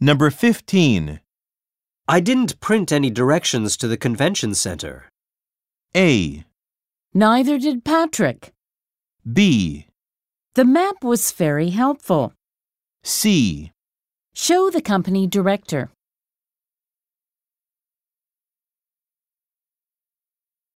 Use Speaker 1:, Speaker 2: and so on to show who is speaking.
Speaker 1: Number 15.
Speaker 2: I didn't print any directions to the convention center.
Speaker 1: A.
Speaker 3: Neither did Patrick.
Speaker 1: B.
Speaker 3: The map was very helpful.
Speaker 1: C.
Speaker 3: Show the company director.